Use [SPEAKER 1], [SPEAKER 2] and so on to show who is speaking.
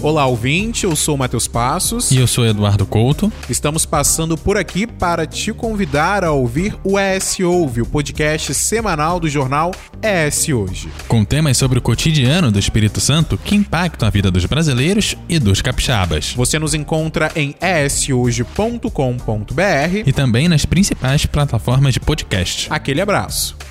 [SPEAKER 1] Olá, ouvinte, eu sou o Matheus Passos.
[SPEAKER 2] E eu sou Eduardo Couto.
[SPEAKER 1] Estamos passando por aqui para te convidar a ouvir o ES Ouve, o podcast semanal do jornal ES Hoje.
[SPEAKER 2] Com temas sobre o cotidiano do Espírito Santo que impactam a vida dos brasileiros e dos capixabas.
[SPEAKER 1] Você nos encontra em eshoje.com.br
[SPEAKER 2] e também nas principais plataformas de podcast.
[SPEAKER 1] Aquele abraço.